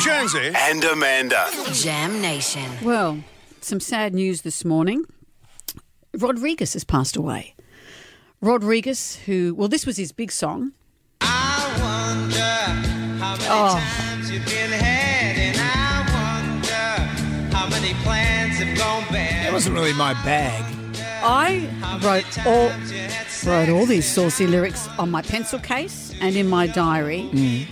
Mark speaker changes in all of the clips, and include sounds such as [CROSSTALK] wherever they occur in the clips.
Speaker 1: Jonesy.
Speaker 2: and Amanda.
Speaker 3: Jam Nation.
Speaker 4: Well, some sad news this morning. Rodriguez has passed away. Rodriguez, who, well, this was his big song.
Speaker 1: That wasn't really my bag.
Speaker 4: I wrote all wrote all these saucy lyrics on my pencil case and in my diary,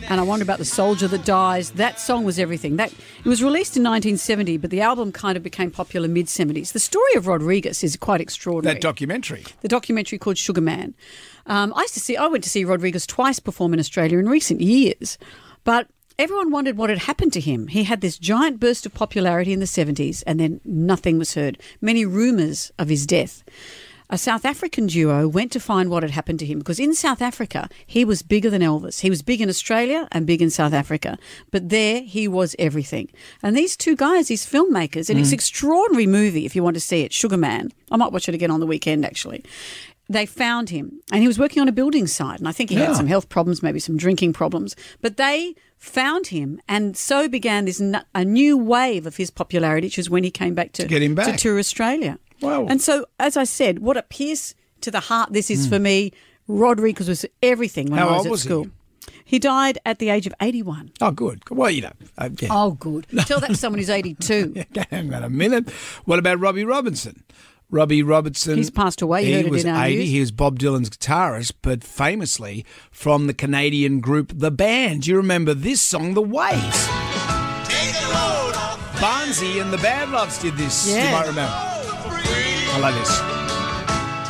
Speaker 4: and I wondered about the soldier that dies. That song was everything. That it was released in 1970, but the album kind of became popular mid 70s. The story of Rodriguez is quite extraordinary.
Speaker 1: That documentary.
Speaker 4: the documentary called Sugar Man. Um, I used to see. I went to see Rodriguez twice perform in Australia in recent years, but everyone wondered what had happened to him. He had this giant burst of popularity in the seventies, and then nothing was heard. Many rumours of his death. A South African duo went to find what had happened to him because in South Africa he was bigger than Elvis. He was big in Australia and big in South Africa, but there he was everything. And these two guys, these filmmakers, and it's an extraordinary movie if you want to see it, Sugar Man. I might watch it again on the weekend actually they found him and he was working on a building site and i think he had some health problems maybe some drinking problems but they found him and so began this n- a new wave of his popularity which is when he came back to,
Speaker 1: get him
Speaker 4: to
Speaker 1: back.
Speaker 4: tour australia
Speaker 1: Wow.
Speaker 4: and so as i said what a pierce to the heart this is for me rodriguez was everything when
Speaker 1: Hmm. How
Speaker 4: i was
Speaker 1: old
Speaker 4: at
Speaker 1: was he?
Speaker 4: school he died at the age of 81
Speaker 1: Oh, good. Well, you know, uh, yeah.
Speaker 4: oh good tell that to someone who's 82
Speaker 1: [LAUGHS] Hang on a minute. What about Robbie Robinson? Robbie Robinson.
Speaker 4: He's passed away. You
Speaker 1: he
Speaker 4: heard it
Speaker 1: was
Speaker 4: in our
Speaker 1: 80.
Speaker 4: news.
Speaker 1: He was Bob Dylan's guitarist, but famously from the Canadian group The Band. You remember this song, The Waves? Barnsey and the Bad Loves did this. You
Speaker 4: Yeah.
Speaker 1: might remember. I love this.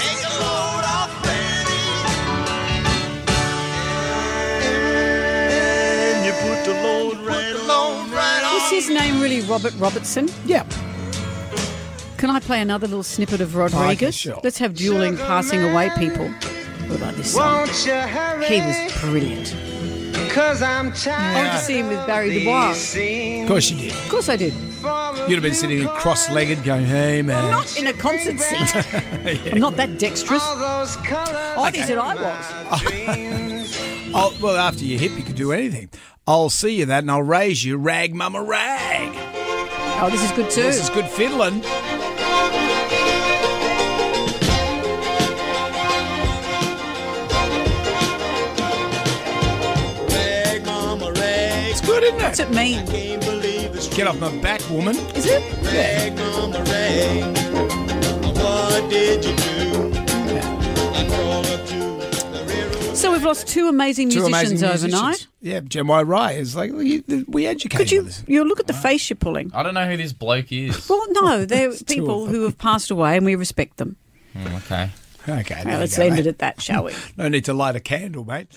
Speaker 4: was his name really robert robertson
Speaker 1: Yeah.
Speaker 4: Can I play another little snippet of Rodriguez?
Speaker 1: Okay, sure.
Speaker 4: Let's have dueling passing away people. What about this song?
Speaker 5: Won't you hurry?
Speaker 4: He was brilliant.
Speaker 5: Cause I'm
Speaker 4: I
Speaker 5: tired
Speaker 4: went to see him with Barry Dubois.
Speaker 1: Of course you did.
Speaker 4: Of course I did.
Speaker 1: You'd have been sitting there cross-legged going, hey, man.
Speaker 4: Not in a concert seat.
Speaker 1: [LAUGHS]
Speaker 4: I'm not that dexterous.
Speaker 5: All those colors.
Speaker 4: I said I was.
Speaker 1: I'll, well, after your hip, you could do anything. I'll see you that, and I'll raise you, rag, mama, rag.
Speaker 4: Oh, this is good too.
Speaker 1: This is good fiddling. It's good, isn't
Speaker 4: What's
Speaker 1: it?
Speaker 4: it mean?
Speaker 1: Get off my back, woman.
Speaker 4: Is it? So we've lost two amazing
Speaker 1: Two
Speaker 4: musicians
Speaker 1: amazing musicians.
Speaker 4: overnight.
Speaker 1: Yeah, Jemai Rye is like, well, you- we educate
Speaker 4: Could you? You look at the face you're pulling.
Speaker 6: I don't know who this bloke
Speaker 4: [LAUGHS]
Speaker 6: is.
Speaker 4: Well,
Speaker 1: [LAUGHS]
Speaker 4: no, they're
Speaker 1: Oh. two of
Speaker 4: people
Speaker 1: them.
Speaker 4: who have passed away, and we respect them.
Speaker 6: Hmm, okay.
Speaker 1: Okay, there
Speaker 4: Now,
Speaker 1: you
Speaker 4: let's
Speaker 1: go,
Speaker 4: end
Speaker 1: mate. [LAUGHS]
Speaker 4: it at that, shall we?
Speaker 1: No need to light a candle, mate.